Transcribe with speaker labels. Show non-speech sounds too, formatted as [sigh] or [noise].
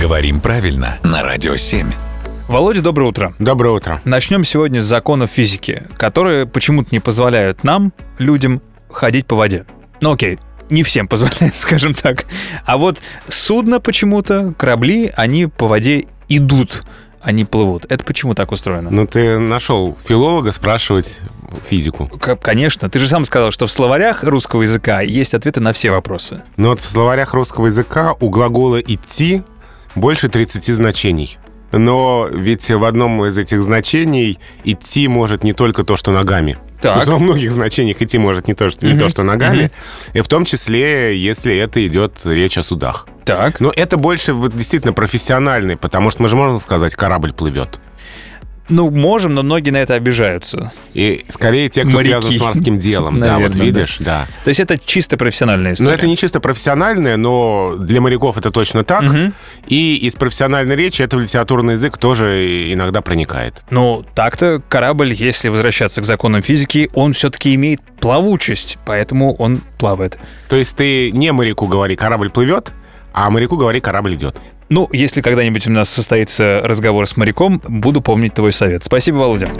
Speaker 1: Говорим правильно на Радио 7.
Speaker 2: Володя, доброе утро.
Speaker 3: Доброе утро.
Speaker 2: Начнем сегодня с законов физики, которые почему-то не позволяют нам, людям, ходить по воде. Ну окей, не всем [laughs] позволяет, скажем так. А вот судно почему-то, корабли, они по воде идут, они плывут. Это почему так устроено?
Speaker 3: Ну, ты нашел филолога спрашивать физику.
Speaker 2: К- Конечно, ты же сам сказал, что в словарях русского языка есть ответы на все вопросы.
Speaker 3: Но Ну, вот в словарях русского языка у глагола «идти» больше 30 значений. Но ведь в одном из этих значений «идти» может не только то, что ногами.
Speaker 2: Так.
Speaker 3: То есть во многих значениях «идти» может не то, что, не то, что ногами. И в том числе, если это идет речь о судах.
Speaker 2: Так.
Speaker 3: Но это больше вот, действительно профессиональный, потому что мы же можем сказать «корабль плывет».
Speaker 2: Ну, можем, но многие на это обижаются.
Speaker 3: И скорее те, кто
Speaker 2: Моряки.
Speaker 3: связан с морским делом. Да, вот
Speaker 2: Наверное, да.
Speaker 3: видишь, да.
Speaker 2: То есть это чисто
Speaker 1: Ну,
Speaker 2: профессиональная история.
Speaker 3: Но это не чисто профессиональное, но для моряков это точно так. И из профессиональной речи это в литературный язык тоже иногда проникает.
Speaker 2: Ну, так-то корабль, если возвращаться к законам физики, он все-таки имеет плавучесть, поэтому он плавает.
Speaker 3: То есть ты не моряку говори «корабль плывет», а моряку говори «корабль идет».
Speaker 2: Ну, если когда-нибудь у нас состоится разговор с моряком, буду помнить твой совет. Спасибо, Володя.